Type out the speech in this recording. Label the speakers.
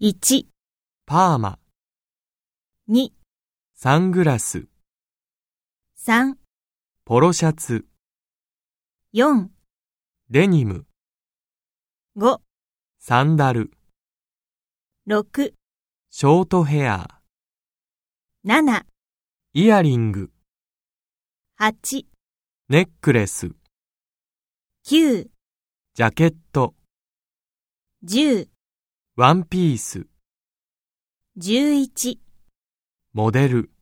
Speaker 1: 1、
Speaker 2: パーマ、
Speaker 1: 2、
Speaker 2: サングラス、
Speaker 1: 3、
Speaker 2: ポロシャツ、
Speaker 1: 4、
Speaker 2: デニム、
Speaker 1: 5、
Speaker 2: サンダル、
Speaker 1: 6、
Speaker 2: ショートヘア、
Speaker 1: 7、
Speaker 2: イヤリング、
Speaker 1: 8、
Speaker 2: ネックレス、
Speaker 1: 9、
Speaker 2: ジャケット、
Speaker 1: 10、
Speaker 2: ワンピース、
Speaker 1: 11。
Speaker 2: モデル。